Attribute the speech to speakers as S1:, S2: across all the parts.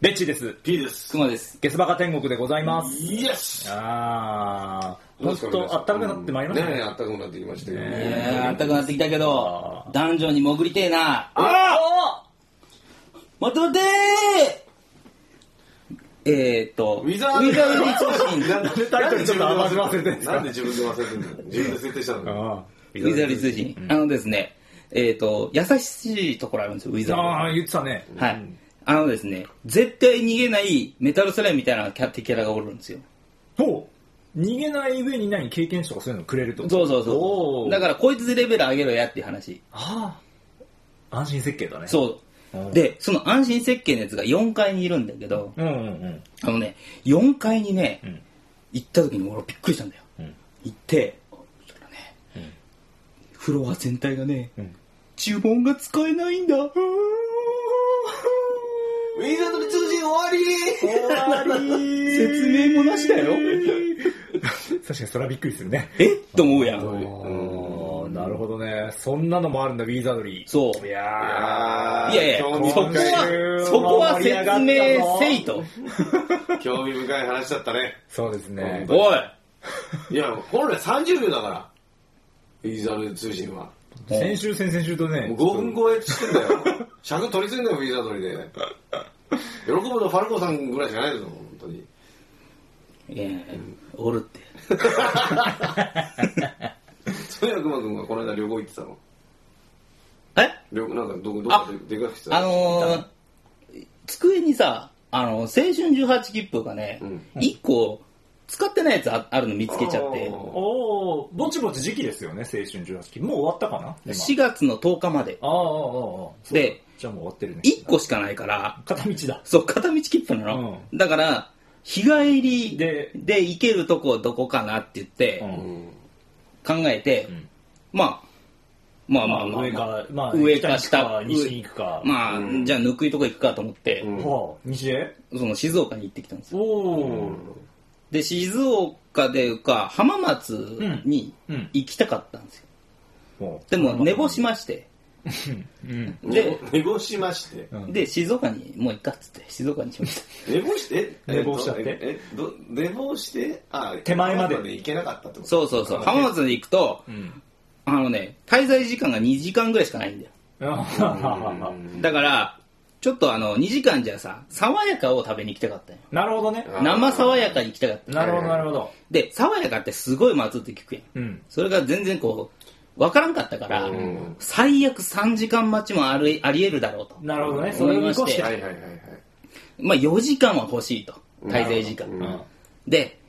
S1: レッチーです。
S2: P です。
S3: 熊です。
S1: ゲスバカ天国でございます。
S2: イエス
S1: あー、ほんと、あったかくなってまいりました
S2: ねえ、
S1: ね。
S2: あったかくなってきましたよ
S3: え
S2: ね。
S3: ー、あったくなってきたけど、ダンジョンに潜りてえな。
S1: あ
S3: 待って待ってーえーっと、
S2: ウィザード
S3: ウィザードリー通信。
S2: なんで
S1: タイトルちょっと甘く忘れてるんですか
S2: なんで自分で忘れてるんだ自分で設定した
S1: ー
S2: の
S1: あ
S3: ウィザードリー通信。あのですね、えーっと、優しいところあるんですよ、ウィザード
S1: あ
S3: は
S1: ー、。言ってたね。
S3: はい。あのですね、絶対逃げないメタルスライムみたいなキャ敵キャラがおるんですよ。
S1: ほう逃げない上に何経験値とかそういうのくれるってこと
S3: そうそうそ
S1: おー
S3: う。だからこいつレベル上げろやっていう話。
S1: ああ安心設計だね。う。
S3: そう。で、その安心設計のやつが4階にいるんだけど、
S1: うんうん
S3: あのね、4階にね、
S1: ん
S3: 行った時に俺はびっくりしたんだよ。
S1: うん
S3: 行って、そしたらね、フロア全体がね、
S1: うん
S3: 注文が使えないんだ。
S2: ウィザードリー通信終
S1: うん。
S2: わり
S3: 説明もなしだよ。
S1: 確かにそれはびっくりするね。
S3: えっと思うやん。
S1: ああ、なるほどね。そんなのもあるんだ、ウィザードリー。
S3: そう
S1: いや
S3: いやいや、そ
S2: 興
S3: こ
S2: 味深い
S3: は、そこは説明せ いと。
S2: 興味深い話だったね。
S1: ー、そうですね。
S3: おい
S2: いや、本来30秒だから。ウィザードリー通信は。
S1: 先週、先々週とね
S2: もう、5分超えしてんだよ。尺取りすぎんだよ、ウィザードリーで。喜ぶのファルコさんぐらいしかないですもん、本当に。
S3: いやいやおるって。
S2: そういや、くまくんがこの間旅行行ってたの。
S3: え
S2: 旅行、なんかどこ、ど
S3: あ
S2: こででかくしてた
S3: あのー机にさ、あの、青春18切符がね、
S2: うん
S3: 一1個使ってないやつああるの見つけちゃって
S2: あ、ー
S1: おおぼちぼち時期ですよね、青春18期。もう終わったかな今
S3: 4月の10日まで、
S1: ああ、ああ、ああ。
S3: で
S1: そう、じゃあもう終わってるね。
S3: 1個しかないから、
S1: 片道だ。
S3: そう、片道切符なの。だから、日帰り
S1: で
S3: で行けるとこどこかなって言って、
S1: うん
S2: うん
S3: 考えて、
S1: ん
S3: まあ、まあ
S1: ま
S3: まあ
S1: あ、
S3: まあ、
S1: 上か、まあ、
S3: 上か
S1: 北に行く
S3: 下
S1: か、西に行くか。
S3: まあ、
S2: うん
S3: じゃあ、ぬくいとこ行くかと思って、
S2: うん
S1: はあ、西へ
S3: その静岡に行ってきたんですよ。
S1: おお
S3: で、静岡でか、浜松に
S1: うんうん
S3: 行きたかったんですよ。
S1: もう
S3: でも、寝坊しまして、
S1: うん。
S3: で
S2: で、寝坊しまして。
S1: うん
S3: で、静岡にもう行っかっつって、静岡にしました。
S2: 寝坊してえ
S1: 寝坊しちゃって
S2: えええど寝坊して、あ、
S1: 手前まで
S2: 行けなかったってこ と
S3: そうそうそう、浜松に行くと、
S1: ん
S3: あのね、滞在時間が2時間ぐらいしかないんだよ。
S1: な
S3: だから、ちょっとあの、2時間じゃさ、爽やかを食べに行きたかったんよ。
S1: るほどね。
S2: あー
S3: 生爽やかに行きたかった。
S1: なるほど、なるほど。
S3: で、爽やかってすごい待つって聞くやん。
S1: うん。
S3: それが全然こう、わからんかったから、
S2: ん
S3: 最悪3時間待ちもあるあり得るだろうと。
S1: なるほどね。それを見越して。
S2: はいはいはいはい。
S3: まあ4時間は欲しいと。滞在時間。
S2: うん
S3: で、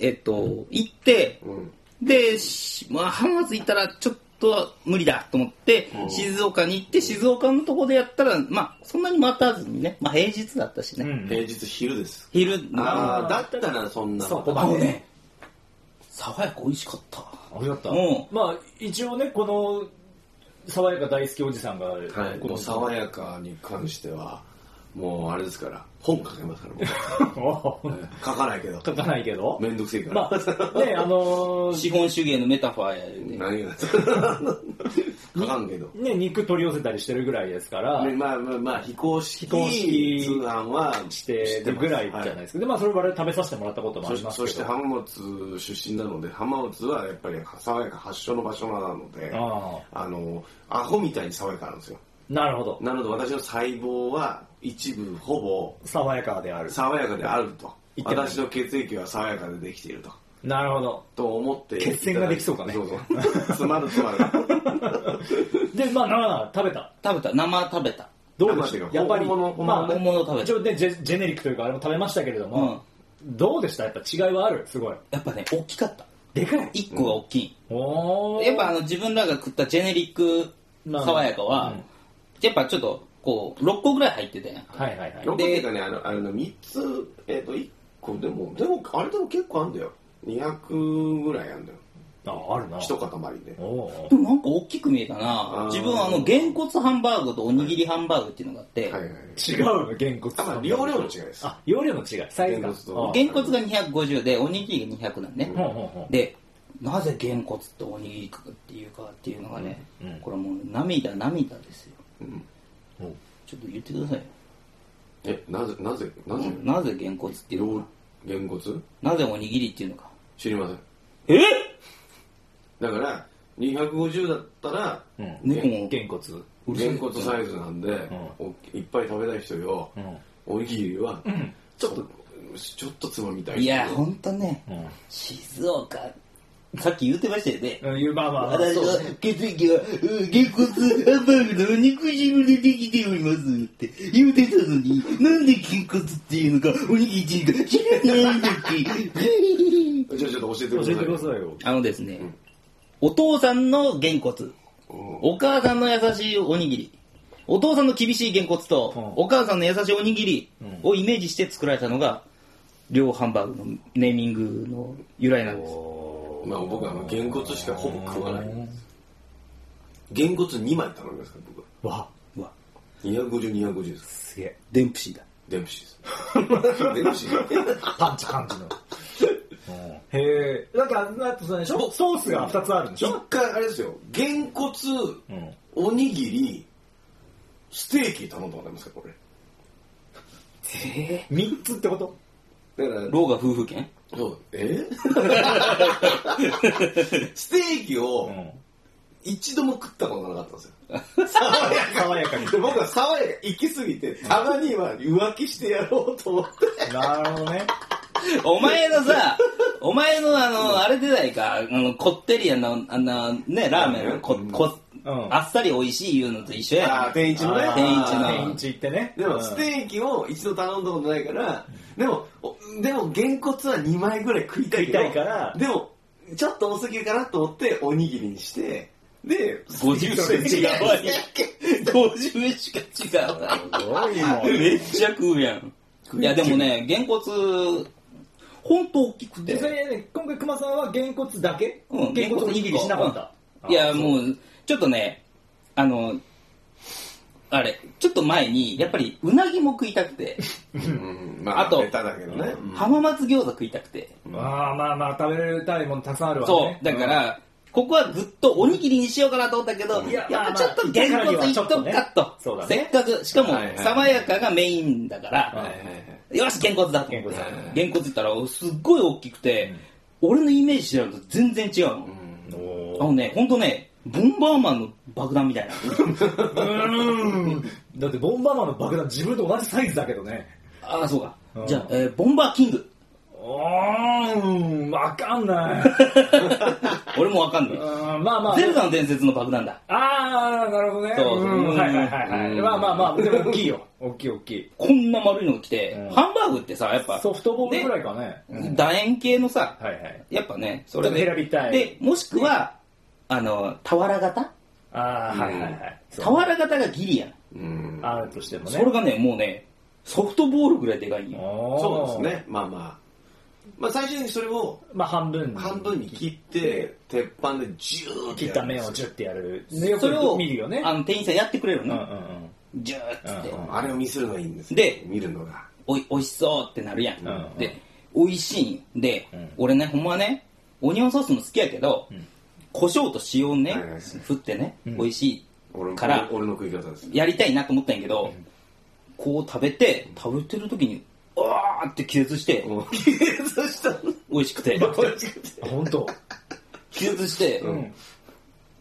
S3: えっと、行って、
S2: うん
S3: で、しまあ浜松行ったらちょっと無理だと思って、静岡に行って、静岡のとこでやったら、まあそんなに待たずにね、まあ平日だったしね。
S1: うん。
S2: 平日昼です。
S3: 昼、
S2: ああ、だったらそんな。
S1: そこ
S3: あ
S1: ま
S3: の
S1: で。
S3: ね、爽やか美味しかった。
S1: あれだった
S3: うん
S1: まあ、一応ね、この、爽やか大好きおじさんが、
S2: はい、
S1: こ
S2: も
S1: の
S2: う爽やかに関しては、もうあれですから、本書けますから、も
S1: お
S2: う書かないけど、
S1: 書かないけど。
S2: めんどくせえから。
S1: まあ、ね、あのー
S3: 資本主義へのメタファーやで、ね。
S2: 何が書かんけど。
S1: ね、肉取り寄せたりしてるぐらいですから、
S2: ねまあまあまあ、非公式
S1: 非公式
S2: 通販は
S1: してるぐらいじゃないですか。で、まあ、それ我々食べさせてもらったこともありますけ
S2: そ
S1: ど。
S2: して浜松出身なので浜松はやっぱり爽やか発祥の場所なのであ
S1: あ
S2: のアホみたいに爽やかなんですよ
S1: あ、なるほど。
S2: なので私の細胞は一部ほぼ
S1: 爽やかである。
S2: 爽やかであると
S1: 言ってない
S2: 私の血液は爽やかでできていると
S1: なるほど。
S2: と思っていただい
S1: 血栓ができそうかね
S2: そうそうつまるつ まる
S1: で、まあ、なあ食べた。
S3: 食べた、生食べた。
S1: どうでした
S2: 生で
S1: やっぱり、
S2: 本物本物
S1: まあ、
S3: 本物食べた
S1: 一応ねジェ、ジェネリックというか、あれも食べましたけれども、どうでしたやっぱ違いはある。すごい。
S3: やっぱね、大きかった。
S1: でかい。
S3: 一個が大きい。
S1: おー
S3: やっぱあの自分らが食ったジェネリック爽やかは、やっぱちょっと、こう、6個ぐらい入ってたやん。
S1: はいはいはい。
S2: ロケがねあのあの3つえっ、と1個でもでもあれでも結構あるんだよ200ぐらいあるんだよ
S1: あ、あるな。
S2: 一塊で
S1: おー
S3: でもなんか大きく見えたな
S2: あー
S3: 自分はあの、げんこつハンバーグとおにぎりハンバーグっていうのがあって、
S2: はいはいはい
S1: 違うの、原骨。
S2: あまあ容量の違いです
S1: あ、容量の違い。サイズ
S2: げん
S1: が
S2: こつと。
S3: げんこつが250で、おにぎりが200なんね。
S1: ほうほうほう
S3: で、なぜげんこつとおにぎりかっていうかっていうのがね、これもう涙涙ですよ。
S2: うん
S3: ちょっと言ってくださいよ。
S2: え、なぜ、なぜ、なぜ、
S3: なぜげんこつっていうの
S2: 両
S3: か、
S2: げんこつ
S3: なぜおにぎりっていうのか。
S2: 知りません。
S3: え
S2: だから、250だったら、
S3: 猫も
S1: げんこつ。
S2: げんこつサイズなんで、おいっぱい食べたい人よ、おにぎりは、ちょっと、ちょっとつまみたい。
S3: いや、ほんとね、
S1: ん
S3: 静岡、さっき言ってましたよね。
S1: うん、まあまあまあ、
S3: 私
S1: そう
S3: は血液は、うんげんこつハンバーグの肉汁でできておりますって言うてたのに、なんでげんこつっていうのか、おにぎりっていうのか知らないんだっ け。
S2: じゃあちょっと教えてく
S1: 教
S2: だ
S1: え
S2: さい。
S1: てくださいよ。
S3: あのですね、お父さんのげんこつ。
S2: うん
S3: お母さんの優しいおにぎり。お父さんの厳しいげんこつと、
S1: うん
S3: お母さんの優しいおにぎりをイメージして作られたのが、両ハンバーグのネーミングの由来なんです。
S2: まあ僕はあの、げんこつしかほぼ食わない。げんこつ2枚頼みますから、僕は。
S1: わ、
S3: うわ、
S2: 250、250です。
S1: すげえ。
S3: デンプシーだ。
S2: デンプシーです。デンプ シー
S1: パンチ感じの。うんへえ。なんか、なんかそのね、ソソースが2つあるんでし
S2: 一
S1: ょ
S2: 回あれですよ、げんこつ、
S1: ん
S2: おにぎり、ステーキ頼んでもらえますか、これ。
S1: ?3 つってこと
S2: だから、
S3: ローが夫婦券
S2: そう、 えステーキを一度も食ったことがなかったんですよ。爽やか。
S1: 爽やかに。
S2: で 僕は爽やか行き過ぎて、たまには浮気してやろうと思って。
S1: なるほどね。
S3: お前のさ、お前のあの、あれ出ないか、あの、こってりやの、あの、ね、ラーメンのこ、こ、
S1: うん
S3: あっさり美味しい言うのと一緒や
S2: あー、天一のね。
S3: あー天一の
S2: あー
S1: 天一行ってね。
S2: で
S1: う
S2: も、
S1: ん
S2: ステーキを一度頼んだことないから、でも、おでも、げんこつは2枚ぐらい食いたいけど
S1: 食いたいから
S2: でも、ちょっと多すぎるかなと思って、おにぎりにして、で、
S3: 50
S2: ステーキ
S3: 違うわ。50しか違うわ。
S1: すごいもん
S3: めっちゃ食うやん。いや、でもね、げんこつ、ほんと大きく
S1: で、そ
S3: て。
S1: れね、今回熊さんはげんこつだけ
S3: うん
S1: げんこつおにぎりしなかった。
S3: いや、
S1: う。
S3: もう、ちょっとね、あの、あれ、ちょっと前に、やっぱり、うなぎも食いたくて、
S2: うんまあ、
S3: あと
S2: ベタだけどね。うん
S3: 浜松餃子食いたくて。
S1: まあまあまあ、食べたいものたくさんあるわ
S3: そ
S1: ね。
S3: う、だから、ここはずっとおにぎりにしようかなと思ったけど、
S1: い
S3: や
S1: や
S3: っぱちょっとげんこついっとくかと。
S1: そうだね
S3: せっかく、しかも
S2: はいは、い
S3: 爽やかがメインだから、
S2: はいはいはい
S3: よし、げんこつだと思って
S1: げんこつ。
S3: げんこついったら、すっごい大きくて、俺のイメージしてるのと全然違うの。
S1: うん。
S3: あのね、ほんとね、ボンバーマンの爆弾 みたいな。
S1: だって、ボンバーマンの爆弾、自分と同じサイズだけどね。
S3: ああ、そうか
S1: う。ん
S3: じゃあ、えーボンバーキング。
S1: うーん、わかんない。
S3: 俺もわかん
S1: う
S3: ない。
S1: ーんまあまあ。
S3: ゼルダの伝説の爆弾だ。
S1: ああ、なるほどね。
S3: そうそう
S1: うんはいはいはいはい。
S2: うん
S1: まあまあまあ、でも大きいよ。大きい大きい。
S3: こんな丸いのが来て、
S1: うん
S3: ハンバーグってさ、やっぱ、
S1: ソフトボールぐらいかね。うん
S3: 楕円形のさ、
S1: はいはい。
S3: やっぱね、それ
S1: ち
S3: で。
S1: ょっと選びたい
S3: で、もしくは、あの、俵型
S1: ああ、はいはいはい。そう
S3: 俵型がギリやん。
S2: うん
S1: あるとしてもね。
S3: それがね、もうね、ソフトボールぐらいでかいんよ。
S1: そ
S2: そうです。ね、まあまあ。まあ、最初にそれを
S1: まあ半分。
S2: 半分に切って、鉄板でジューって
S1: 切っ
S2: やる
S1: た面をジュッてやる。よ
S3: それ
S1: く
S3: を、
S1: 見るよね。
S3: あの、店員さんやってくれる
S1: うんうんう
S3: の。
S1: ん。
S3: ジューッつって
S1: うんう、ん
S2: あれを見せるのがいいんですよ
S3: で
S2: 見るのが。
S3: おい、おいしそうってなるやん。
S1: んうん
S3: で、おいしいんで、
S1: うん
S3: 俺ね、ほんまはね、オニオンソースも好きやけど、
S1: ん
S3: 胡椒と塩をね
S2: はいはい、
S3: 振ってね、
S1: うん
S3: 美味し
S2: 俺
S3: い
S2: の
S3: から、
S2: 俺の食い方です。
S3: やりたいなと思ったんやけど、こう食べて、食べてる時に、うわーって気絶して、
S2: そしたら、
S3: 美味しくて、
S1: あ、本当。
S3: 気絶して、
S1: うん。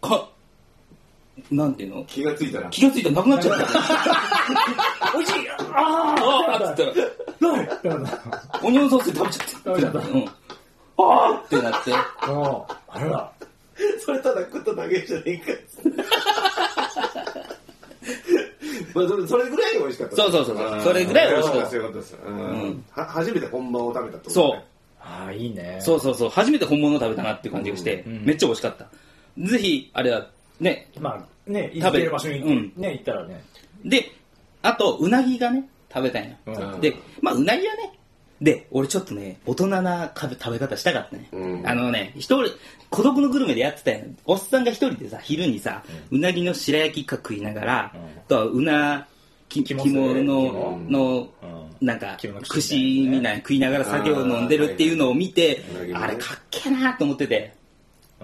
S3: か、なんていうの
S2: 気がついたら、
S3: 気がついたらなくなっちゃった。
S1: おいしいあ
S3: あーっつって、
S1: あはいだから
S3: オニオンソースで食べちゃった。
S1: 食べちゃった
S3: うん。あーってなって、
S1: うんあれだ。
S2: それただ食っただけじゃねえかっつって。 まあ、それそれぐらい美味しかった
S3: そうそうそうそうそれぐらい美味しかった
S2: た。よかったです。うんは初めて本場を食べたってこと
S3: そう
S2: ね。。
S1: ああ、いいね。
S3: そうそうそう、初めて本物を食べたなっていう感じがして、
S1: うん
S3: めっちゃ美味しかった。ぜひ、あれは、ね。
S1: まあ、ね、
S3: べ
S1: 行ってる場所に
S3: うん
S1: ね、行ったらね。
S3: で、あと、うなぎがね、食べたいな。
S2: うん
S3: で、まあ、うなぎはね、で、俺ちょっとね、大人な食べ食べ方したかったね。
S2: うん
S3: あのね、一人、孤独のグルメでやってたやん。おっさんが一人でさ、昼にさ、うなぎの白焼きか食いながら、
S1: うん
S3: とうな、き
S1: 肝
S3: 肝の、
S1: 肝
S3: の、
S1: うん
S3: なんか
S1: 肝の、
S3: 串
S1: 串
S3: み
S1: み
S3: た
S1: たいなね
S3: いな食いながら酒を飲んでるっていうのを見て
S2: あーはい、はい
S3: あれかっけえなと思ってて。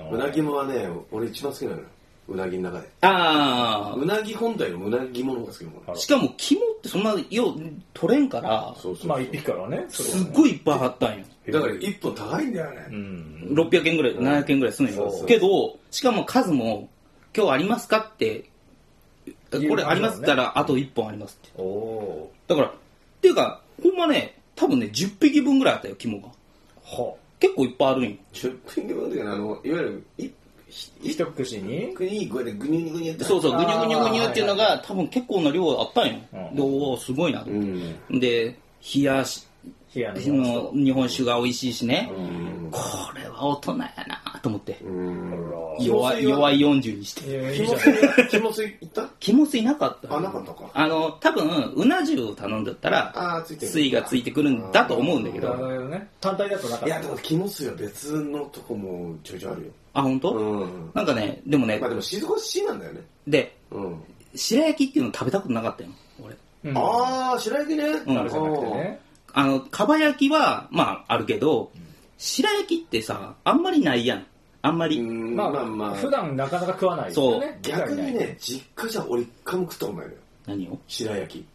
S2: うなぎもはね、俺一番好きなのよ。うなぎの中で
S3: あ
S2: うなぎ本体のうなぎものが好きなも
S1: あ
S2: の
S1: ら
S3: あ。しかも、肝ってそんな、よう、取れんから、
S2: そうそう
S1: まあ一匹からはね。それは
S3: す
S1: ね
S3: っごいいっぱい貼ったんよ。
S2: だから一本高いんだよね、
S1: うん。
S3: 600円ぐらい、700円ぐらいすん
S2: そう
S3: よ
S2: そ。う
S3: けど、しかも数も、今日ありますかって、こ
S1: いう
S3: れありますって言ったら、あと1本ありますって。
S1: おお
S3: だから、っていうか、ほんまね、多分ね、10匹分ぐらいあったよ、肝が。
S1: ー。は
S3: 結構いっぱいあるんよ。
S2: 10分でもだけどあのいわゆる一
S1: あ。一口に
S2: 服にこうやってグニュグニュグニュって
S3: そうそう、
S1: あー
S3: ぐにゅぐにゅぐにゅっていうの
S1: はい
S3: が、多分結構な量あったんよ
S1: う。ん
S3: で、おおすごいなと
S2: う。ん
S3: で、冷やし、
S1: 冷やの日
S3: の
S1: 本
S3: 日本酒が美味しいしね
S2: う。ん
S3: これは大人やなと思って。
S2: うん
S3: 弱い、弱い40にして。
S1: い
S2: 気
S1: いじ
S2: も
S1: ゃん
S2: すい気もすいいった
S3: 肝水なかった。
S2: あなかったか
S3: あの、多分、うな重を頼んだったら、
S2: ああついてる
S3: 水がついてくるんだと思うんだけ
S1: なる
S3: ど。
S1: ほどね。単体だとなか
S2: い
S1: った
S2: やで。も肝水は別のとこもちょいちょいあるよ
S3: あ、本当？
S2: うん
S3: なんかね、でもね
S2: まあ、でも静岡市なんだよね
S3: で、
S2: うん
S3: 白焼きっていうの食べたことなかったよ、俺。
S1: うん
S2: ああ白焼きね
S3: ん
S1: あれじゃなくてね。
S3: あの、かば焼きは、まあ、あるけど、白焼きってさ、あんまりないやん。あんま
S2: う
S3: り。
S2: ん
S1: ま
S2: ま
S1: あ
S2: あ
S1: ま
S2: ま
S1: あま
S2: あま
S1: あ。
S2: あ
S1: 普段なかなか食わないですよね。
S2: 逆に
S1: 普段ない。
S2: ね実家じゃ俺一回も食ったことないのよ
S3: 何を
S2: 白焼き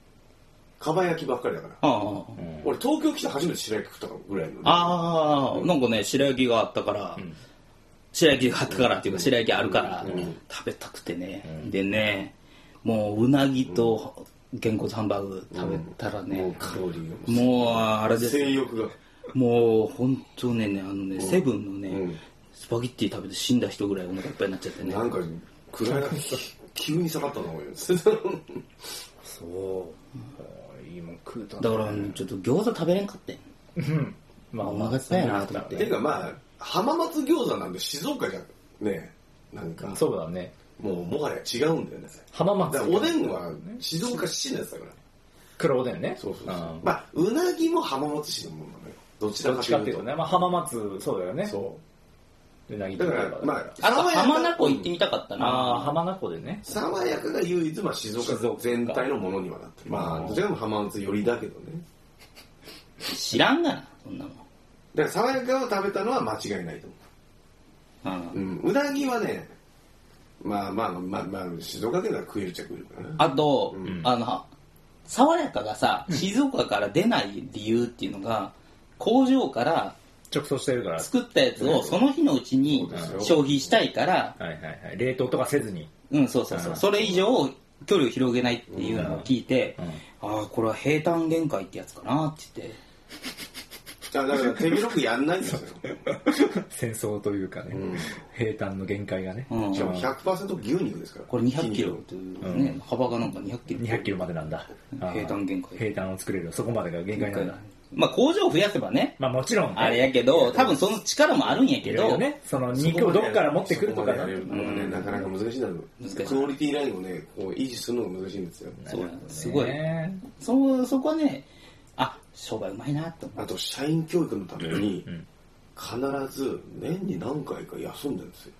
S2: かば焼きばっかりだから
S3: ああ、
S1: うん
S2: 俺東京来て初めて白焼き食ったかもぐらいの
S3: ああ、なんかね、白焼きがあったから、
S1: ん
S3: 白焼きがあったからっていうか、白焼きあるから、
S2: うん
S3: 食べたくてね、
S1: うん
S3: でね、もう、うなぎと、げんこつハンバーグ食べたら
S2: もう
S3: ね、
S2: カロリーが
S3: もう、あれです
S2: 性欲が
S3: もう、本当ねね、あのね、セブンのね、
S2: うん
S3: スパゲッティ食べて死んだ人ぐらいお腹いっぱいになっちゃってね。
S2: なんか 暗いな急に下がったの思うよ
S1: そう。もういいもん食うたね
S3: だから、ちょっと餃子食べれんかって。
S1: うんま
S3: お腹いっぱいやなと思って
S2: ていうかまあ浜松餃子なんで静岡じゃねなんか
S1: そうだね。
S2: もうもはや違うんだよね
S1: 浜
S2: だか
S1: 松。
S2: らおでんは静岡市のやつだから
S1: 黒おでんね。
S2: そうそうそう
S1: うん
S2: まあうなぎも浜松市のものなのよどちら
S1: どっ
S2: か
S1: ちかっ
S2: と
S1: て
S2: い
S1: いううと
S2: と
S1: ね、まあ浜松、そうだよね。
S2: そう
S1: なぎ
S2: う
S1: と
S2: だ
S1: いえ
S2: か
S1: ば
S2: らまあ
S3: あと、
S2: 爽やか
S3: 浜名湖行ってみたかったな。
S1: ああ、浜名湖でね。
S2: 爽やかが唯一まあ静
S1: 静
S2: 岡
S1: 岡
S2: 全体のものにはなってるまあどちらも浜松寄りだけどね
S3: 知らんがな、そんなもん。
S2: だから爽やかを食べたのは間違いないと思う
S3: うん
S2: うん、うなぎはね、まあまあまあまあ、静岡県では食えるっちゃ食えるかな。
S3: あと、
S2: うん
S3: あの、爽やかがさ、静岡から出ない理由っていうのが、工場から
S1: 直送してるから。
S3: 作ったやつをその日のうちに
S2: そうですよ
S3: 消費したいから、
S1: はいはいはい。冷凍とかせずに。
S3: うん、そうそうそうう。
S1: ん
S3: それ以上、距離を広げないっていうのを聞いて、ああ、これは平坦限界ってやつかなって言って。
S2: じゃあだから手広くやんないんですよ。
S1: 戦争というかね、平坦の限界がね、
S3: うん
S2: しかも100%牛肉ですから。
S3: これ200キロというね、
S1: う
S3: 幅がなんか200キロ。
S1: 200キロまでなんだ。
S3: 平坦限界
S1: 平坦を作れる。そこまでが限界なんだ。
S3: まあ工場を増やせばね、
S1: まあもちろんね、
S3: あれやけど、多分その力もあるんやけ
S1: け
S3: ど、
S1: どね、その肉をどっから持ってくるとか
S2: そこま
S1: な
S2: でやれるのがね、なかなか難しいんだろう
S3: 難しい
S2: クオリティラインをね、こう維持するのが難しいんですよ。
S3: そうなんですすごい。
S1: ね
S3: そそこはねあ商売うまいなと思
S2: あと、社員教育のために
S1: ん、
S2: 必ず年に何回か休んでるんですよ。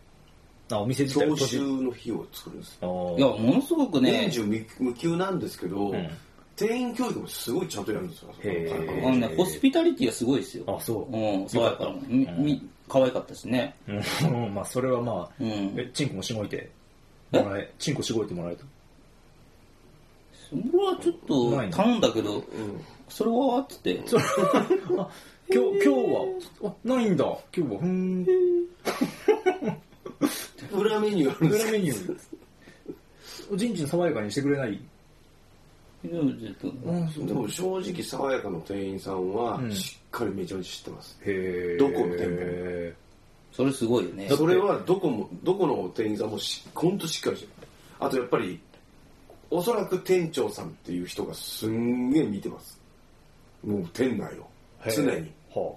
S1: あお店自体
S2: 教
S1: も
S2: 習の日を作るんですよ。
S1: お
S3: ういやものすごくね
S2: 年中無無給なんですけど
S1: ん、
S2: 店員教育もすごいちゃんとやるんですよ。
S1: へー
S3: あのねホスピタリティがすごいですよ
S1: あそう
S3: うん爽やかなみみ可愛かったしね
S1: うん まあそれはまあ、
S3: うん
S1: えチンコもしごいてもらえチンコしごいてもらえた
S3: 俺はちょっ
S1: ない
S3: と
S1: の
S3: 頼んだけどそれはっつって
S1: あ今日今日はあないんだ今日はふーん
S2: 裏メニューあるんです
S1: 裏メニューおちんちん爽やかにしてくれない
S3: うんちょっと
S1: あ
S2: でも正直爽やかの店員さんは
S1: うん
S2: しっかりめちゃめちゃ知ってます、
S1: へえ
S2: どこの店
S3: それすごいよね
S2: それはどこもどこの店員さんもしほんとしっかりしてるあとやっぱりおそらく店長さんっていう人がすんげえ見てますもう店内を常に
S1: は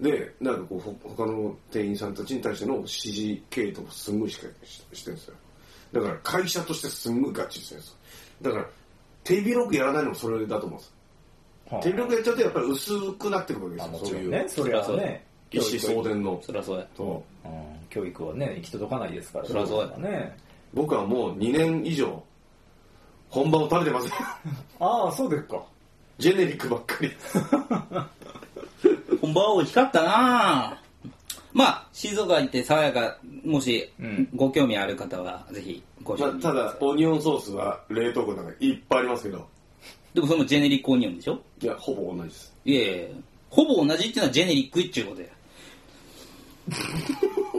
S2: でなんかこうほ他の店員さんたちに対しての指示系統もすんごいしっかりししてるんですよだから会社としてすんごいガッチリしてるんですよだから手広くやらないのもそれだと思うんです
S1: あ、はあ
S2: 手広くやっちゃうとやっぱり薄くなってくるわけで
S1: ま
S2: す
S1: あ
S2: よ、
S1: も
S2: そ
S1: ち
S2: う
S1: ろ
S2: い
S1: んね
S2: う
S1: それはね
S2: 一子相伝の
S3: そりゃそうや
S2: そう
S1: うん教育はね行き届かないですから
S3: そりゃそうや
S1: ね
S2: 僕はもう2年以上本番を食べてます
S1: ああそうですか
S2: ジェネリックばっかり
S3: 本番は光ったなまあ、静岡行って爽やか、もし
S1: うん、
S3: ご興味ある方は、ぜひ、ご賞
S2: まあ、
S3: 味
S2: ただ、オニオンソースは冷凍庫の中にいっぱいありますけど、
S3: でもそれもジェネリックオニオンでしょ
S2: いや、ほぼ同じです。
S3: いやいやほぼ同じっていうのはジェネリックっちゅうことや。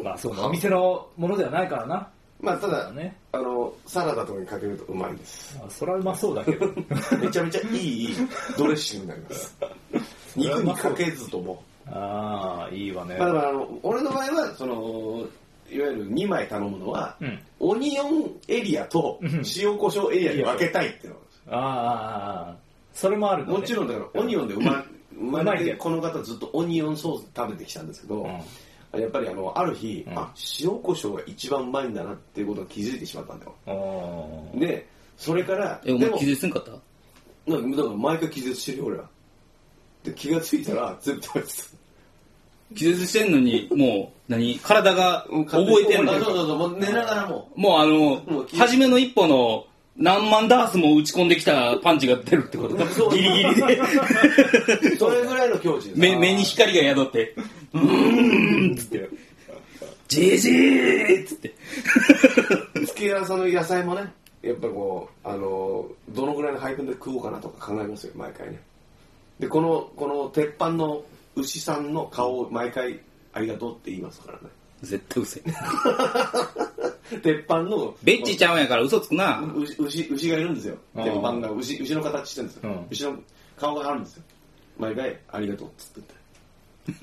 S1: まあそうだお店のものではないからな。
S2: まあ、ただ、
S1: ね
S2: あの、サラダとかにかけるとうまいです。
S1: まあそれはうまそうだけど。
S2: めちゃめちゃいいドレッシングになります。 肉にかけずとも。
S1: ああ、いいわね
S2: ま。あ、だからあの、俺の場合は、その、いわゆる2枚頼むのは、
S1: うん
S2: オニオンエリアと
S1: ん
S2: 塩コショウエリアに分けたいっていうのが
S1: ああ、それもあるんだね
S2: もちろんだからオニオンで生ま生ま
S1: うまい
S2: れ
S1: け
S2: て
S1: ど
S2: この方ずっとオニオンソース食べてきたんですけど、やっぱりあのある日、
S1: ん
S2: あ塩コショウが一番うまいんだなっていうことに気づいてしまったんだよ
S1: おー
S2: でそれから
S3: え、
S2: で
S3: お
S2: も
S3: 前気絶すんかった
S2: なんかだから毎回気絶してるよ俺はで気がついたら全部食べて
S3: 気絶してんのに、もう、何体が
S2: たうん
S3: 覚えてんの
S2: あそうそうそうもう寝ながらも
S3: もうあ
S2: も
S3: の
S2: う、気絶
S3: 初めの一歩の何万ダースも打ち込んできたパンチが出るってことか
S2: そう。
S3: ギリギリ で。
S2: それぐらいの境地です
S3: 目、目に光が宿って、うーんっつって、ジェジーっつって。
S2: 付け合わせの野菜もねやっぱこうあのどのぐらいの配分で食おうかなとか考えますよ毎回ねでこのこの鉄板の牛さんの顔を毎回ありがとうって言いますからね
S3: 絶対うせえ。
S2: 鉄板の
S3: ベッチちゃうんやから嘘つくな。
S2: 牛牛牛がいるんですよ
S1: あー
S2: 鉄板が牛牛の形してるんですよ、
S1: うん
S2: 牛の顔があるんですよ毎回ありがとうっつって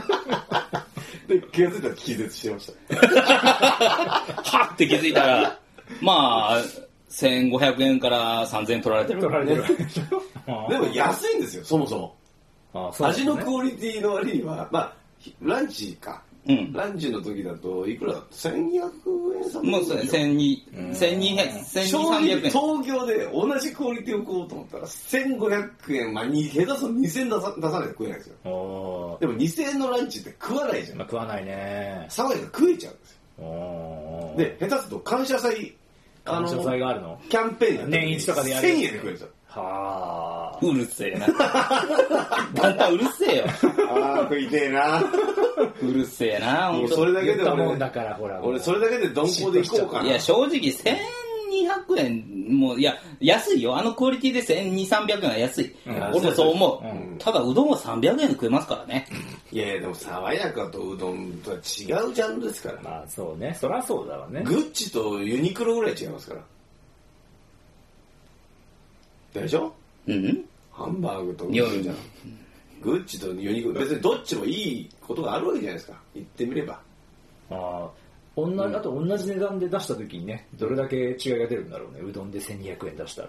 S2: 言ってで気が付いたら気絶してました
S3: はって気づいたら、まあ、1500円から3000円取られてる。
S1: 取られてる。あ
S2: でも安いんですよそもそも
S1: ーあーそうだね
S2: 味のクオリティの割には、まあ、ひランチか、
S3: うん
S2: ランチの時だといくらだ1200円差
S3: もう1200、1200、1200円。
S2: 東京で同じクオリティを食おうと思ったら1500円、まあ、に下手すると2000円出さ出さないと食えないですよ
S1: おー
S2: でも2000円のランチって食わないじゃ
S1: まあ
S2: ん
S1: 食わないね。
S2: サワイが食えちゃうんですよ
S1: おー
S2: で、下手すると感謝祭あ
S1: 感
S2: の
S1: 謝祭があるの
S2: キャンペーンやってる
S1: 年一とかでやる
S2: 1000円で食えるんですよ
S1: はあ。
S3: うるせえな。だんだんうるせえよ。
S2: ああ食いてえな
S3: うるせえな、
S2: も
S3: ほん
S2: う
S3: と
S2: それだけで
S1: 言ったもんだ
S2: 俺
S1: から、ほら。
S2: 俺それだけで鈍行で行こうかない
S3: や、正直、1200円、もう、いや、安いよ。あのクオリティで1200、300円は安い。
S1: ん
S3: 俺もそう思う。
S1: う
S3: ただ、うどんは300円で食えますからね。
S2: いやいやでも爽やかとうどんとは違うジャンルですからね
S1: まあそうね。そらそうだわね。
S2: グッチとユニクロぐらい違いますからでしょ
S3: うん
S2: ハンバーグとグ
S3: いや
S2: ッチじゃんグッチとユニクロ別にどっちもいいことがあるわけじゃないですか言ってみれば
S1: ああ。同じ、あと同じ値段で出した時にね、どれだけ違いが出るんだろうね。うどんで1200円出したら。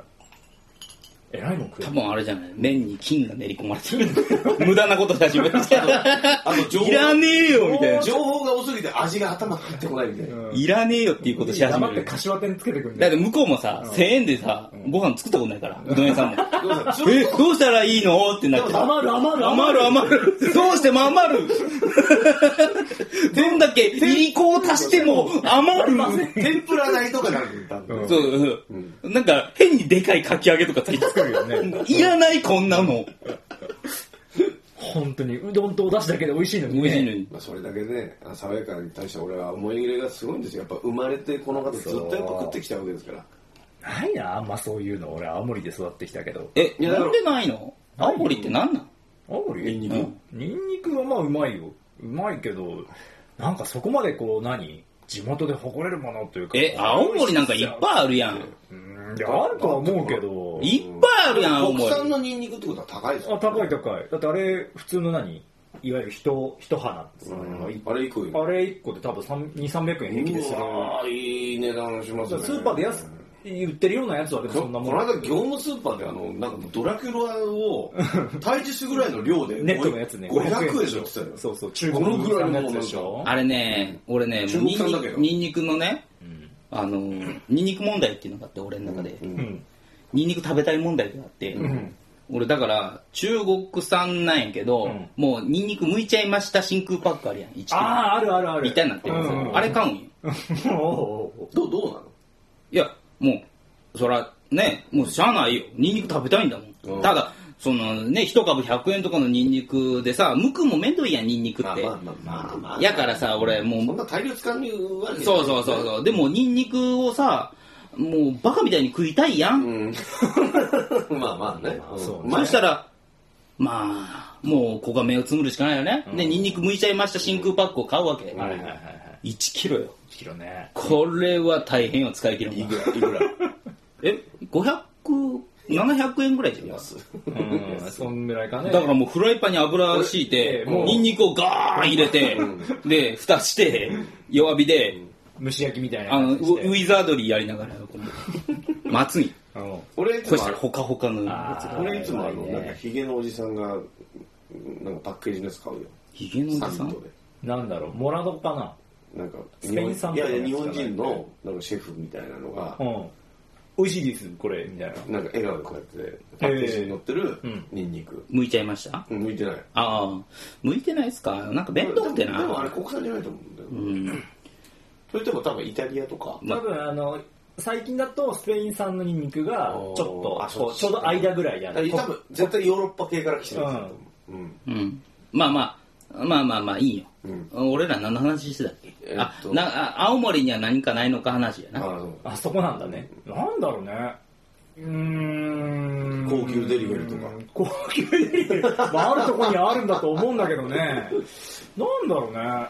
S1: えらいもん食え
S3: 多
S1: る。
S3: 分あれじゃない麺に金が練り込ま れてる。無駄なことし始めてきた。
S2: あと情報
S3: いらねえよみたいな。
S2: 情報が多すぎて味が頭に入ってこないみたいな、
S3: いらねえよっていうことし始め
S1: 黙って
S3: る。
S1: 柏店つけてくん
S3: だ
S1: だ
S3: って
S1: よ。
S3: 向こうもさ、1000円でさ、ご飯作ったことないから、うどん屋さんも。
S2: でもさちょ
S3: え、どうしたらいいのってなって。
S1: 余る余る
S3: 余る余る。どうしても余る。どんだけいりこを足しても余る。
S2: 天ぷら代とかになるんだ、
S1: うん
S3: そう、なんか変にでかいかき揚げとかついてくる
S1: よね。
S3: いらないこんなの。
S1: 本当に、うどんとお出汁だけで美味しいのに、
S3: 美
S1: ね。
S3: 味しいのに。
S2: まあ、それだけねあ爽やかに対して俺は思い入れがすごいんですよやっぱ生まれてこの方ずっとやっぱ食ってきたわけですから
S1: ないな、あんまそういうの。俺、青森で育ってきたけど。
S3: え、
S2: いやだ
S3: な
S2: から
S3: んでないの青森ってなんなん
S1: 青森
S2: ニンニク、
S3: うん
S1: ニンニクはまあうまいよ。うまいけど、なんかそこまでこう何地元で誇れるものというか。
S3: え、青森なんかいっぱいあるやん。
S1: うんいやあるとは思うけど。
S3: いっぱいあるやん、青
S2: 国
S3: 森。
S2: 産のニンニクってことは高いですよ
S1: あ、高い高い。だってあれ、普通の何いわゆる人、一花ですよね
S2: うんあれ行くよ
S1: あれ1個で多分3 2、300円平気でする。
S2: うわーいい値段します
S1: だ
S2: ね
S1: からスーパーで安く売ってるようなやつはでも
S2: こ
S1: そんな
S2: の
S1: もん。
S2: 間業務スーパーであのなんかドラキュラを体重ぐらいの量で
S1: ネットのやつね。
S2: 500円でしょっつってたよ
S1: そうそう、中国の
S2: このぐらいの
S1: やつでしょ。
S3: あれね、俺ね、
S2: 中
S3: ニ
S2: 国
S3: ン
S2: 産だ
S3: ニ
S2: けど
S3: クニンニクのね、
S1: ん
S3: あの、ニンニク問題っていうのがあって、俺の中で。
S2: うん
S1: うん。
S3: ニンニク食べたい問題があって、俺だから中国産なんやけど、
S1: うん
S3: もうニンニク剥いちゃいました真空パックあるやん1キ
S1: あ
S3: ロ
S1: あ、あるあるある。
S3: みたいになってるんですよ
S1: うんうんうん
S3: あれ買うんよ
S1: おうおうおう
S2: どうどうなの
S3: いやもうそらねもうしゃあないよニンニク食べたいんだもん、
S2: うん
S3: ただそのね、一株100円とかのニンニクでさ、剥くもめんどいやん、ニンニク
S2: ま
S3: っ
S2: あ
S3: て。
S2: まあまあまあまあ
S3: やからさ、俺もう
S2: そんな大量使うわけない
S3: そうそうそうそう。でも、ニンニクをさ、もう、バカみたいに食いたいやん。
S2: うん まあまあね
S1: そう
S2: まあ
S3: そしたら、まあ、もう、ここは目をつむるしかないよね。で、ニンニク剥いちゃいました真空パックを買うわけ。
S1: はいはいはいはい
S3: 1キロよ。
S1: 1キロね
S3: これは大変よ、使い切るの
S2: いくらいくら
S3: え、500、700円ぐらいじゃん。だ
S1: うんそんぐらいかね
S3: からもうフライパンに油敷いて、
S1: えもう
S3: ニンニクをガーン入れて、で、蓋して、弱火で、
S1: 蒸し焼きみたいな
S3: あの、
S1: 感
S3: ウ
S1: じして
S3: ウィザードリーやりながら、こ う待つんよ。
S1: うん
S2: 俺いつ
S3: そ
S2: も
S3: したらほかほかのやつ
S1: あ
S3: が
S1: ー
S2: 俺いつもあの
S1: はい
S2: なんかヒゲのおじさんがなんかパッケージのやつ買うよ
S3: ヒゲのおじ
S2: サ
S3: さ
S2: ミッ
S3: ん
S2: トで
S1: なんだろうモラドかな
S2: なんか
S1: スペイン産
S2: いやいや
S1: み
S2: 日
S1: たいなや
S2: 本
S1: つじゃない
S2: 人のなんかシェフみたいなのが
S1: うん美味しいですこれみたいな
S2: なんか笑顔でこうやってパッケージに載ってるニンニク
S3: 向いちゃいました
S2: うん向いてない
S3: ああ、向いてないっすかなんか弁当って
S2: でもあれ
S3: な。
S2: 国産じゃないと思うんだよ、
S3: うん。
S2: それとも多分イタリアとか
S3: ま
S1: 多分あの最近だとスペイン産のニンニクが
S2: おー
S1: ちょっと
S2: あそう
S1: こうちょうど間ぐらいや
S2: 多
S1: る
S2: 分絶対ヨーロッパ系から来てるやつだと思ううん
S3: うん。まあまあ、まあまあまあ、いいよ。
S2: うん
S3: 俺ら何の話してたっけ、
S2: えっと
S3: あなあ、青森には何かないのか話や
S2: あ
S3: な。
S2: の
S1: あそこなんだねなんだろうねうーん
S2: 高級デリバリーとか
S1: 高級デリバリー、まあ、あるとこにあるんだと思うんだけどねなんだろうね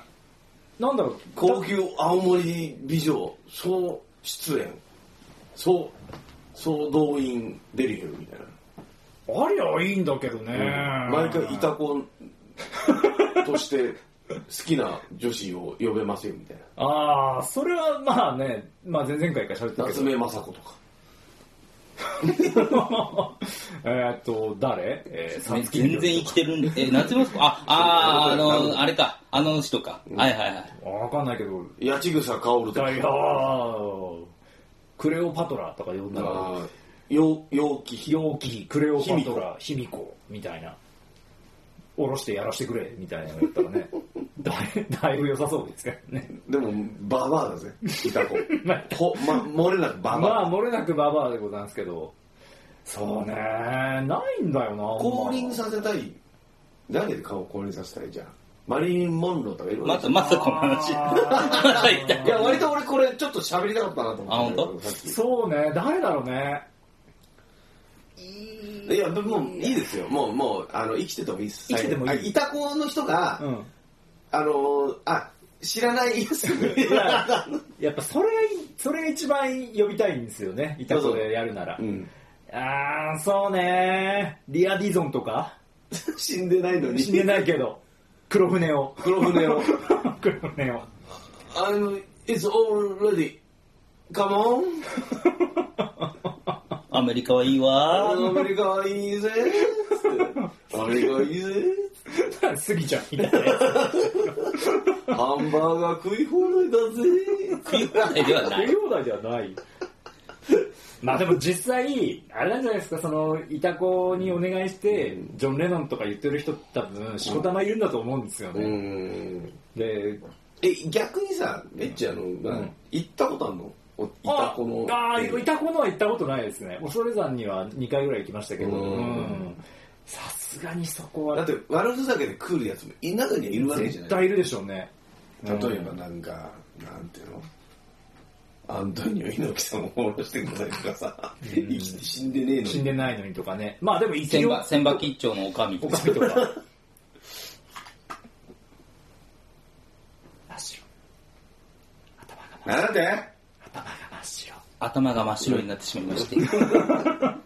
S1: なんだろう
S2: 高級青森美女総出演総総動員デリヘルみたい
S1: ありゃいいんだけどね、
S2: な毎回イタコとして好きな女子を呼べますよみたいな
S1: ああそれはまあね、まあ、前々回から喋ったけど
S2: 夏目雅子とか
S1: えーっと誰、えー、
S3: 全
S1: 三
S3: 然生きてるんで。え、夏目さんあ、ああ、あの、あれか。あの人か。はいはいはい。
S1: わかんないけど
S2: 八千草薫と
S1: だ
S2: か
S1: よクレオパトラとか呼んだら
S2: あーよ陽気
S1: 陽気クレオパトラ卑弥呼みたいな下ろしてやらしてくれみたいなのやったらねだいだいぶ良さそうですけどね
S2: でもババアだぜイ タコほ、ま、漏れなくババア、
S1: まあ漏れなくババアでございますけどそうねないんだよな
S2: 降臨させたい誰で顔を降臨させたいじゃんマリリン・モンローとかいるわ
S3: ま
S2: け
S3: た、またこの話。また言った
S2: いや割と俺これちょっと喋りたかったなと思って
S3: あ本当
S2: さっき
S1: そうね誰だろうね
S2: いやもういいですよもうもうあの生きててもいいです
S1: 生きててもいい
S2: あイタコの人が、
S1: うん
S2: あのーあ知らないやつ
S1: やっぱそれがいそれが一番呼びたいんですよねイタコでやるなら
S2: うん
S1: ああそうねリアディゾンとか
S2: 死んでないのに
S1: 死んでないけど黒船を
S2: 黒船を
S1: 黒船を
S2: あの It's already Come on
S3: アメリカはいいわ
S2: アメリカはいいぜつってアメリカはいいぜ
S1: スギちゃんみたいなや つ
S2: ハンバーガー食い放題だ
S3: 食い放題では ない
S1: 栄。養題ではないまあでも実際あれなんじゃないですかそのイタコにお願いしてジョン・レノンとか言ってる人多分しこたまいるんだと思うんですよ
S2: ぜ
S1: ね、
S2: ん
S1: で
S2: え逆にさエッチあの、
S1: ん
S2: 行ったことあるのおイタ
S1: あ
S2: コの
S1: あーイタコのは行ったことないですね恐山には2回ぐらい行きましたけど
S2: うん
S1: うんさすがにそこ
S2: だ
S1: は
S2: って悪ふざけで来るやつも中にはいるわけじ
S1: 絶
S2: ゃない
S1: 対いるでしょうね
S2: 例えばなんかなんていうのアントニオ猪木さんを下ろしてくださいとかさ生きて死んでねえのに
S1: 死んでないのにとかねまあでも生き
S3: 千
S1: よ
S3: 葉、千葉吉兆のおかみ。
S1: おかみとか。真っ白。
S2: なんで
S1: 真っ白。
S3: 頭が真っ白になってしまいまして。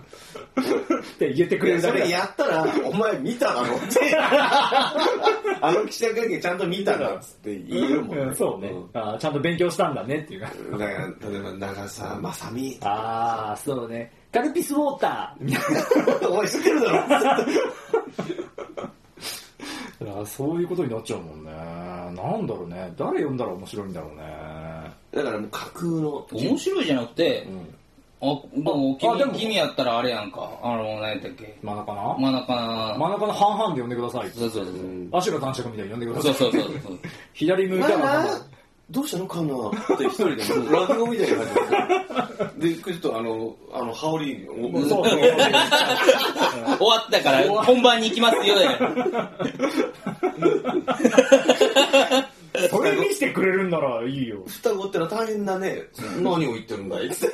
S1: って言ってくれ
S2: いや
S1: る
S2: そ
S1: だけ
S2: れ
S1: だ。
S2: やったらお前見ただろって あの記者会見ちゃんと見ただろっつって言えるもんね、
S1: うん、そうね、あーちゃんと勉強したんだねっていうか。
S2: うんだから例えば長澤まさみ
S1: ああ、そうね。カルピスウォーターみたい
S2: お前知ってるだろ
S1: な。あーそういうことになっちゃうもんね。なんだろうね。誰呼んだら面白いんだろうね。
S2: だからもう架空の
S3: 面白いじゃなくて、あ、でも
S1: あでも
S3: 君、君やったらあれやんか。あの、何やったっけ。
S1: 真ん中な、
S3: 真ん中、
S1: 真ん中の半々で呼んでください。
S3: そうそうそう。
S1: アシュラ男爵みたいに呼んでくださ
S3: そ
S1: い。
S3: うそうそうそう。
S1: 左向いたら
S2: まあ
S1: 半
S2: な
S1: 々。
S2: どうしたのカンナって一人で、落語みたいな感 じで。で、ちょっとあの、あの、羽織を、
S1: うそう
S3: 終わったから本番に行きますよだよ
S1: それ見せてくれるんならいいよ。
S2: 双子ってのは大変だね。何を言ってるんだい って。
S1: それ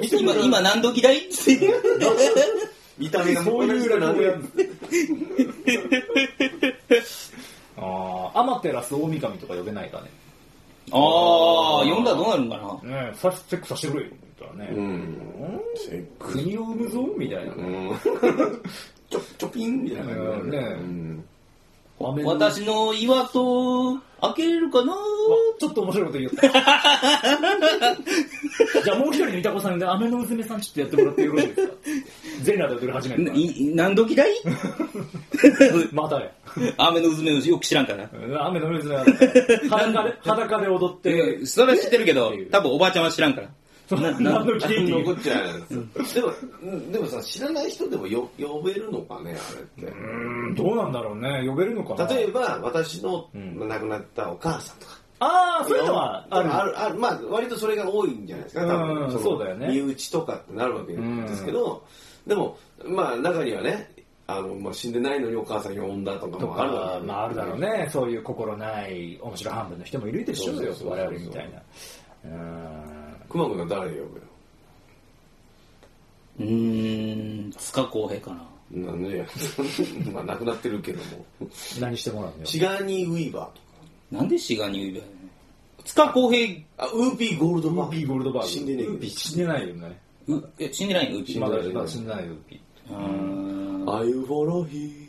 S1: 見せてく
S3: 今
S1: れる
S3: 今何時だ いって
S2: 見た目が
S1: そういう落語や
S2: ん
S1: ん。 ああ、アマテラス大神とか呼べないかね。
S3: ああ呼んだらどうなるんかな
S1: ねえ、さチェックさせてくれよって言ったら
S2: う
S1: ね、
S2: ん。
S1: 国を生むぞみたいな。
S2: うん。 ちょ、ちょぴんみたいな感じだね。
S1: う
S2: うん
S1: 画面の
S3: 私の岩と開けれる かな
S1: あちょっと面白いこと言 った。じゃあもう一人のいたこさんで、雨の娘さんちょっとやってもらってよろしいですか 全裸で踊り始めるから
S3: い何 時だい
S1: またね。
S3: 雨の娘のよく知らんかな
S1: 雨の娘なんだから裸で、 裸で踊って、
S3: でそれは知ってるけど多分おばあちゃんは知らんから
S1: そんな何の聞いていい
S2: 残っちゃう。でも、うんでもさ、知らない人でもよ呼べるのかね、あれって。
S1: うーんどうなんだろうね。呼べるのかな
S2: 例えば、私の
S1: ん
S2: 亡くなったお母さんとか。
S1: ああ、そういうのはある。
S2: ある、ある、まあ、割とそれが多いんじゃないですか、
S1: うん
S2: の
S1: そうだよね
S2: 身内とかってなるわけですけど、でも、まあ、中にはね、あの、まあ、死んでないのにお母さん呼んだとか
S1: と
S2: もあるわ
S1: か、
S2: け
S1: まああるだろうね。そういう心ない面白半分の人もいるでしょうよ
S2: そ、うそうそうそう
S1: 我々みたいな。うーん。
S2: 熊野が誰呼ぶよ。
S3: うーん塚公平かな
S2: なんで、 まあ、亡くなってるけども。
S1: 何してもらうのよ。
S2: シガニー・ウィーバーとか。
S3: なんでシガニーウィーバーやね塚公平
S2: あ、ウーピー・ゴールドバ
S1: ウ
S2: ーグ。
S1: ーピーゴールドバーグ。
S2: 死んでねえけど
S1: ウーピー死んでないよね。
S3: うえ死んでないのうち
S1: まだ
S2: 死んでない
S1: まだ死んでないよ、ウーピー。
S3: うーん
S2: Are you follow him?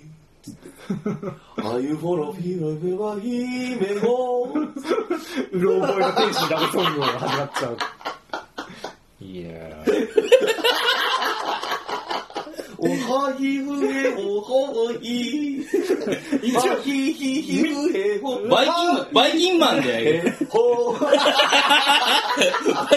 S2: Are you follow him? Wherever he may go?
S1: うろ覚えの天使ダメソングが始まっちゃう。いやー。
S2: おはひふへおほひ。一応ひひひふへほ。
S3: バイキンマン、バイキンマンじゃん け。
S2: ンほ。
S3: バ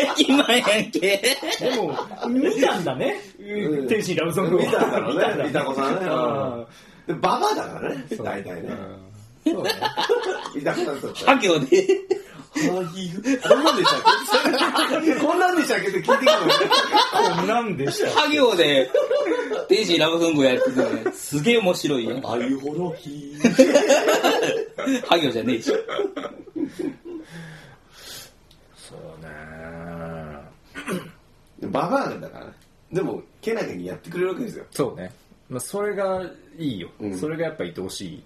S3: イキンマンやんけ。
S1: でも、見たんだね。
S2: ん
S1: 天使ダメソングを。
S2: 見たんだろう
S1: 見
S2: ね
S1: たんだ
S2: 見た子さんね
S1: あ
S2: で、ババアだからね。
S1: ー
S2: 大体ね。。
S1: うんそうね。
S2: いた子さんとって。
S3: 家業で。
S2: はひふ。こんなんでしたっけこんなんでしたっけって聞いてきたの
S1: こんなんでした。
S3: 家業で、天使ラブソングやってたね。すげえ面白いやん。
S2: あゆほろひ。
S3: 家業じゃねえし。
S1: そうね。
S2: ババアなんだからね。でも、けなげにやってくれるわけですよ。
S1: そうね。まあ、それがいいよ。
S2: うん
S1: それがやっぱ愛おしい。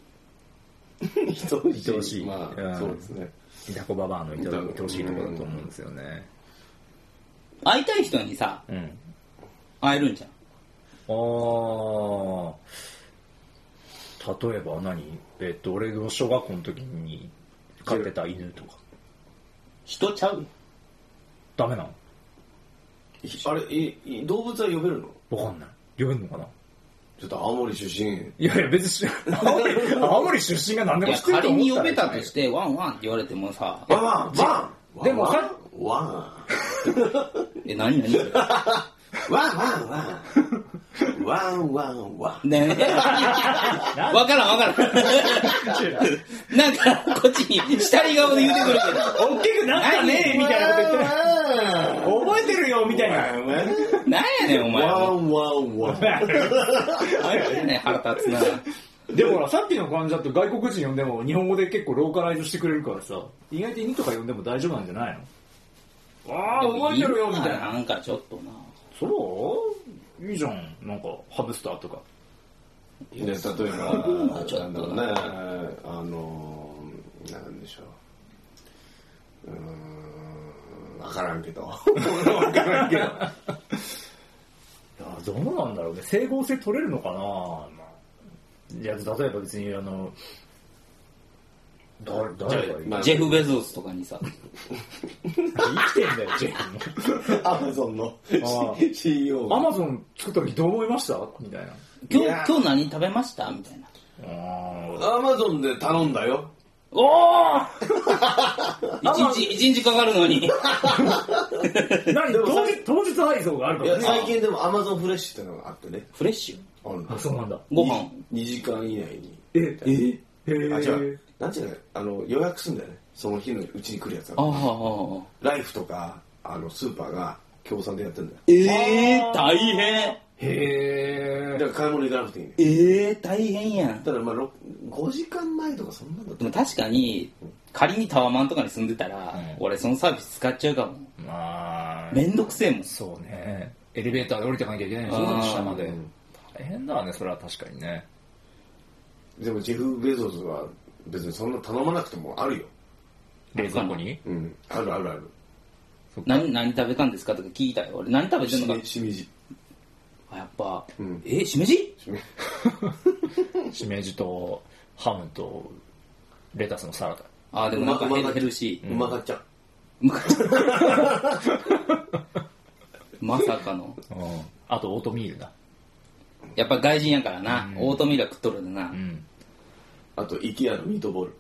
S2: 人
S1: 愛おしい
S2: ま
S1: う
S2: あ、
S1: ん
S2: そうですね。
S1: いたこババアのいた
S2: うん
S1: 愛おしいところだと思うんですよね。
S3: 会いたい人にさ、
S1: うん。
S3: 会えるんじゃん。
S1: ああ例えば何えっと俺の小学校の時に飼ってた犬とか
S3: 人ちゃう
S1: ダメなの
S2: あれ、いい動物は呼べるの
S1: わかんない呼べんのかな
S2: ちょっと青森出身。
S1: いやいや別に青森 青森出身が何で
S3: い
S1: も
S3: や、
S1: 知ってると
S3: 仮
S1: 思
S3: に
S1: っ
S3: 呼
S1: たら
S3: べたとして、ワンワンって言われてもさ、
S2: ワンワン
S1: でも
S2: ワ
S1: か
S2: ンワン
S3: え、何何
S2: ワンワンワンワンワンワン
S3: ねわからんわからん。なんか、こっちに、下り顔で言うてくるけど。
S1: 大きくなったねみたいなこと言って覚えてるよみたいな
S3: なんやねん、お前。
S2: ワンワンワ
S3: な
S2: ン
S3: んやねん、腹立つな。
S1: でもほらさっきの感じだと外国人呼んでも日本語で結構ローカライズしてくれるからさ意外と犬とか呼んでも大丈夫なんじゃないのああ覚えてるよみたいな
S3: なんかちょっとな。
S1: そういいじゃんなんかハムスターとか
S2: いいね例えばなんだろうねあのなんでしょううーんわからんけどわからんけ
S1: い
S2: ど
S1: やどうなんだろうね整合性取れるのかな、まあいや例えば別にあのだ誰がいい、
S2: まあ
S3: ジェフ・ベゾスとかにさ、
S1: 生きてんだよジ ェ
S2: アマゾンの
S1: あ
S2: CEO
S1: フもア
S2: が
S1: マゾン作った時どう思いましたみたいな
S3: 今
S2: い
S3: 日
S2: や、
S3: 今日何食べましたみたいな。
S1: あ
S2: アマゾンで頼んだよ
S3: おお一日、一日かかるのに。
S1: ー何当日当日配送があるか
S2: い
S1: ら
S2: や
S1: ね
S2: 最近でもアマゾンフレッシュってのがあってね
S3: フレッシ
S2: あるんだ
S1: あそうなんだ
S3: ュご飯。
S2: 2時間以内に
S1: えええ
S2: あ違うなんていうのあの予約するんだよねその日のうちに来るやつ
S3: あ
S2: は
S3: あ。
S2: ライフとかあのスーパーが協賛でやってんだよ
S3: ええー、大変。
S1: へえ
S2: だから買い物行かなくていいね
S3: ええー、大変やん。
S2: ただまあろ5時間前とかそんなんだっ
S3: で
S2: た
S3: も確かに、仮にタワマンとかに住んでたら、
S1: い
S3: 俺そのサービス使っちゃうかも。
S1: まあ
S3: めんどくせえもん。
S1: そうねエレベーターで降りてかなきゃいけないでし
S3: あ
S1: ょ
S3: ー
S1: 下まで大変だわねそれは確かにね
S2: でもジェフ・ベゾスは別にそんな頼まなくてもあるよ
S1: 冷蔵庫 に
S2: うんあるあるある
S3: 何、何食べたんですかとか聞いたよ。俺何食べてん
S2: し
S3: のか
S2: み。しみじ
S3: あやっぱ、
S2: うん
S3: え、しめじ
S2: しみ
S1: しめじとハムとレタスのサラダ
S3: あーでもなんか
S2: うま
S3: ヘ
S2: うま
S3: ル
S2: か
S3: ヘルシー。
S2: うまかっちゃ
S3: まさかの。
S1: うんあとオートミールだ
S3: やっぱ外人やからな。オートミールは食っとるでな
S1: う。ん
S2: あと IKEA のミートボール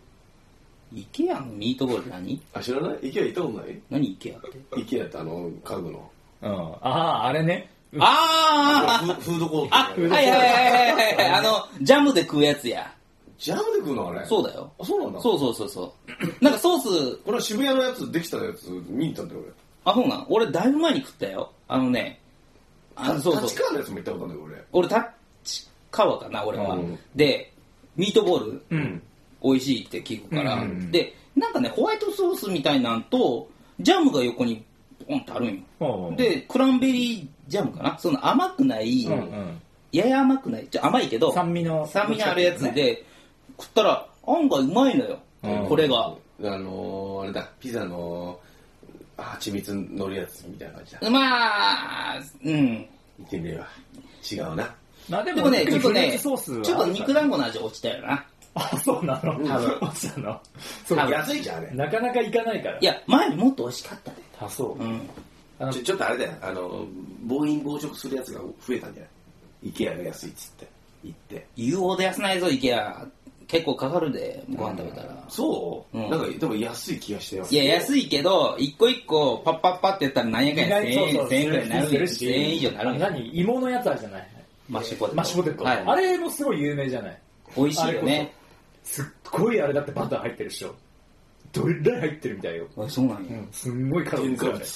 S3: イケアのミートボールって何
S2: あ知らない IKEA 行ったことない
S3: 何イケアって。
S2: IKEA ってあの家具の
S1: うんあああれね
S3: あーあーあー
S2: フフードコート
S3: あ、はいはいはいはいはいはい。あの、ジャムで食うやつや。
S2: ジャムで食うのあれ
S3: そうだよ。
S2: あそうなんだ
S3: そうそうそうそう。 なんかソース、
S2: これは渋谷のやつできたやつ見に行ったんだよ
S3: あ、そうなん。俺だいぶ前に食ったよ。あのね、あ
S2: 俺
S3: そうそう
S2: 立川のやつも行ったことあるんだよ
S3: 俺立川かな、俺は
S2: うん。
S3: で、ミートボール、
S1: うん
S3: 美味しいって聞くから
S1: うんうんう。ん
S3: で、なんかね、ホワイトソースみたいなんと、ジャムが横にポンってあるんよ。
S1: うん
S3: で、クランベリージャムかなその甘くない、
S1: うんうん
S3: やや甘くない、ちょ甘いけど、
S1: 酸味の
S3: 酸味のあるやつで、食ったら案外うまいのよ、
S1: うん
S3: これが。
S2: 俺あのー、あれだピザの蜂蜜乗るやつみたいな感じだ
S3: まあ、うん。
S2: 行ってみれば違うな
S1: まあで
S3: でもね、ちょっと
S1: フレンチ
S3: ね、ち
S1: ソ
S3: ょ
S1: ースは
S3: っと肉団子の味落ちたよな。
S1: あそうなの
S2: 多分
S1: 落ちたの そう
S3: 多分
S2: 安いじゃんあれ
S1: なかなか行かないから
S3: いや、前にもっと美味しかったで。
S1: あそう
S3: うん。
S1: あ
S2: ちょちょっとあれだよあの暴飲暴食するやつが増えたんじゃない IKEA が安いっつって行って
S3: 言うほど安ないぞ、イケア。結構かかるで、ご飯食べたら。
S2: そう、
S3: うん
S2: なんかでも安い気がしてよ
S3: いや、安いけど、一個一個、パッパッパってやったらなんやかんや、1000円、1000円くらいになるんよ。1000円以上になるんよ。
S1: 何芋のやつあるじゃない
S3: マッシュポテト。
S1: マッシュポテト、
S3: はい。
S1: あれもすごい有名じゃない
S3: 美味しいよね。
S1: すっごいあれだってバター入ってるでしょどれぐらい入ってるみたいよ、
S3: あそうなんや。
S1: すんごいカロリー
S2: 添加
S1: 高い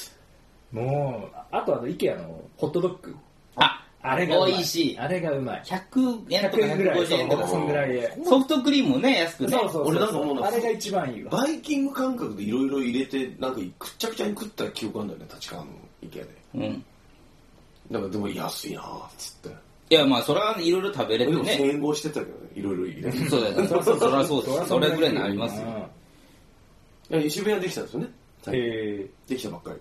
S2: 物
S1: もうあとあの IKEA のホットドッグ
S3: あ、
S1: あれがうまい
S3: 美味しい
S1: あれがうまい
S3: 100円と
S1: 100
S3: か
S1: 円ぐらい
S3: 150円とか。
S1: そんぐらいで
S3: ソフトクリームもね、安くね。
S1: そうそうそう
S2: 俺なんかもう
S1: あれが一番いいわ
S2: バイキング感覚でいろいろ入れてなんかくっちゃくちゃに食った記憶あるんだよね立川の IKEA で
S3: うん。
S2: なんかでも安いなーっつって
S3: いや、まあ、それはいろいろ食べれ
S2: で
S3: て
S2: も
S3: ね。
S2: 1000円越してたけどねいろいろ入れて
S3: そうだよ ね。そりゃそうです。それぐらいになりますよ。
S2: いや渋谷できたんですよね
S1: うんへ
S2: できたばっかり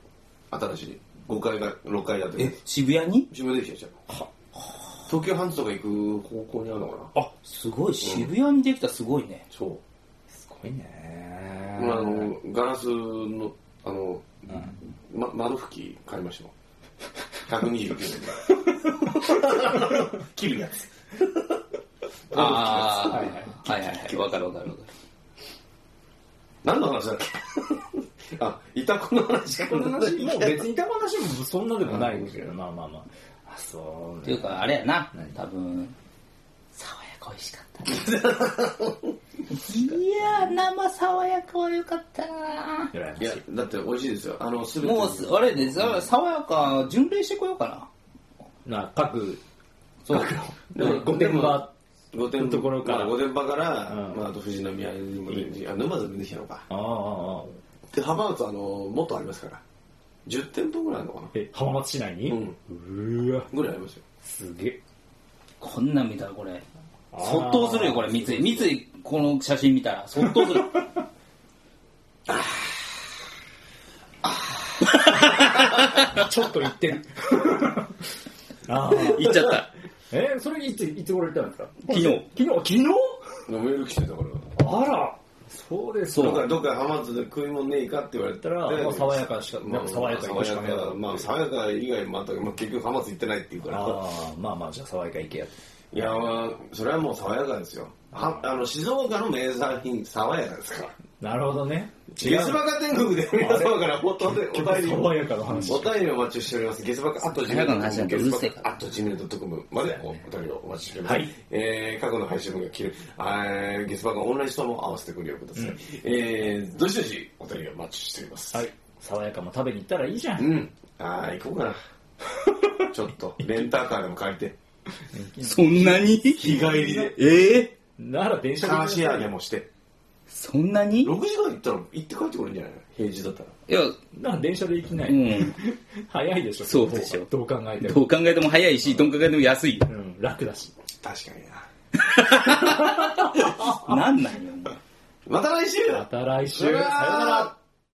S2: 新しい5階が6階だって
S3: え、渋谷に
S2: 渋谷できたじゃん東急ハンズとか行く方向にあるのかな
S3: あ、すごい。渋谷にできたらすごいね。
S2: そう
S1: えすごいね
S2: あのガラスのあの、ま、窓拭き買いま したもん129円で切るやつ
S3: ああ、
S1: は
S3: はいい
S1: はい
S3: はいはい。わかるわかるわかる。
S2: 何の話だっけ あいたこの話 か
S1: この話もう別にいた話もそんなでもないですけど、まあまあまああそう
S3: っていうか、あれやな。多分、爽やか美味しかったな。いやー、生爽やかは良かったな。
S1: 羨まし
S2: いやだって美味しいですよあのすべて
S3: もうす、あれで、さ爽やか、巡礼してこようかな。
S1: な各
S3: そう。
S2: でも
S1: 御殿場
S2: 御殿場
S1: ところから
S2: まあ御殿場から、
S1: うん
S2: まあ、あと富士宮にも出るしあ沼津も出てきたのか
S1: ああああ
S2: で浜松あのもっとありますから10店舗ぐらいあるのかな
S1: え浜松市内に、うーわ
S2: ぐらいありますよ
S1: すげえ
S3: こんなん見たらこれ、
S1: あー
S3: そっとするよ、これ、三井。三井、この写真見たら、そっ とする。
S1: ちょっと行ってる ああ
S3: 行っちゃった。
S1: えそれいついつ頃行ったんですか
S3: 昨日。
S1: 昨日昨日
S2: メール来てたから
S1: あらそうです
S2: どっか
S1: か
S2: どっか浜松で食い物ねえかって言われたら
S1: まあ爽やかしかなんか爽やか
S2: まあ
S1: しか
S2: 爽
S1: ねえ
S2: や
S1: だろ
S2: か
S1: う
S2: まあ爽やか以外もあったけど、まあ、結局浜松行ってないって言うから
S1: ああまあまあじゃあ爽やか行けや
S2: いやまあそれはもう爽やかですよはあの静岡の名産品爽やかですから
S1: なるほどね。違
S2: ゲ
S1: う
S2: スバカ天国で皆様からお便りお便り
S1: 爽やかな話
S2: お。便りをお待ちしております。ゲスバカ、あと
S3: あなたの話なんてうるせえから
S2: あとジメルドットコムまでお便りをお待ちしております。
S1: はい
S2: えー、過去の配信分が切る、あーゲスバカオンラインストアも合わせてご利用ください。えー、どしどしお便りをお待ちしております。
S1: はい。爽やかも食べに行ったらいいじゃ。
S2: うんん。あー、行こう かな。ちょっと、レンタカーでも借りて、
S3: そんなに
S2: 日帰りで、
S3: ええ
S1: なら電車で
S2: カ
S1: 行
S2: ーシ
S1: き
S2: ェ
S1: な
S2: ア
S1: さい
S2: で
S1: よ。
S2: もして、
S3: そんなに
S2: 6時間行ったら行って帰ってこいんじゃないの平日だったら。
S3: いや、
S1: なら電車で行きな
S3: う
S1: い。
S3: ん。
S1: 早いでしょ。
S3: そうでしょ
S1: どう考えて
S3: ど
S1: も。
S3: う考えても早いし、どう考えても安い。
S1: うん、楽だし。
S2: 確かにな。
S3: なんなんよ、お前
S2: また来週
S1: また来週。さよう
S2: さよ
S1: な
S2: な
S1: ら
S2: ら。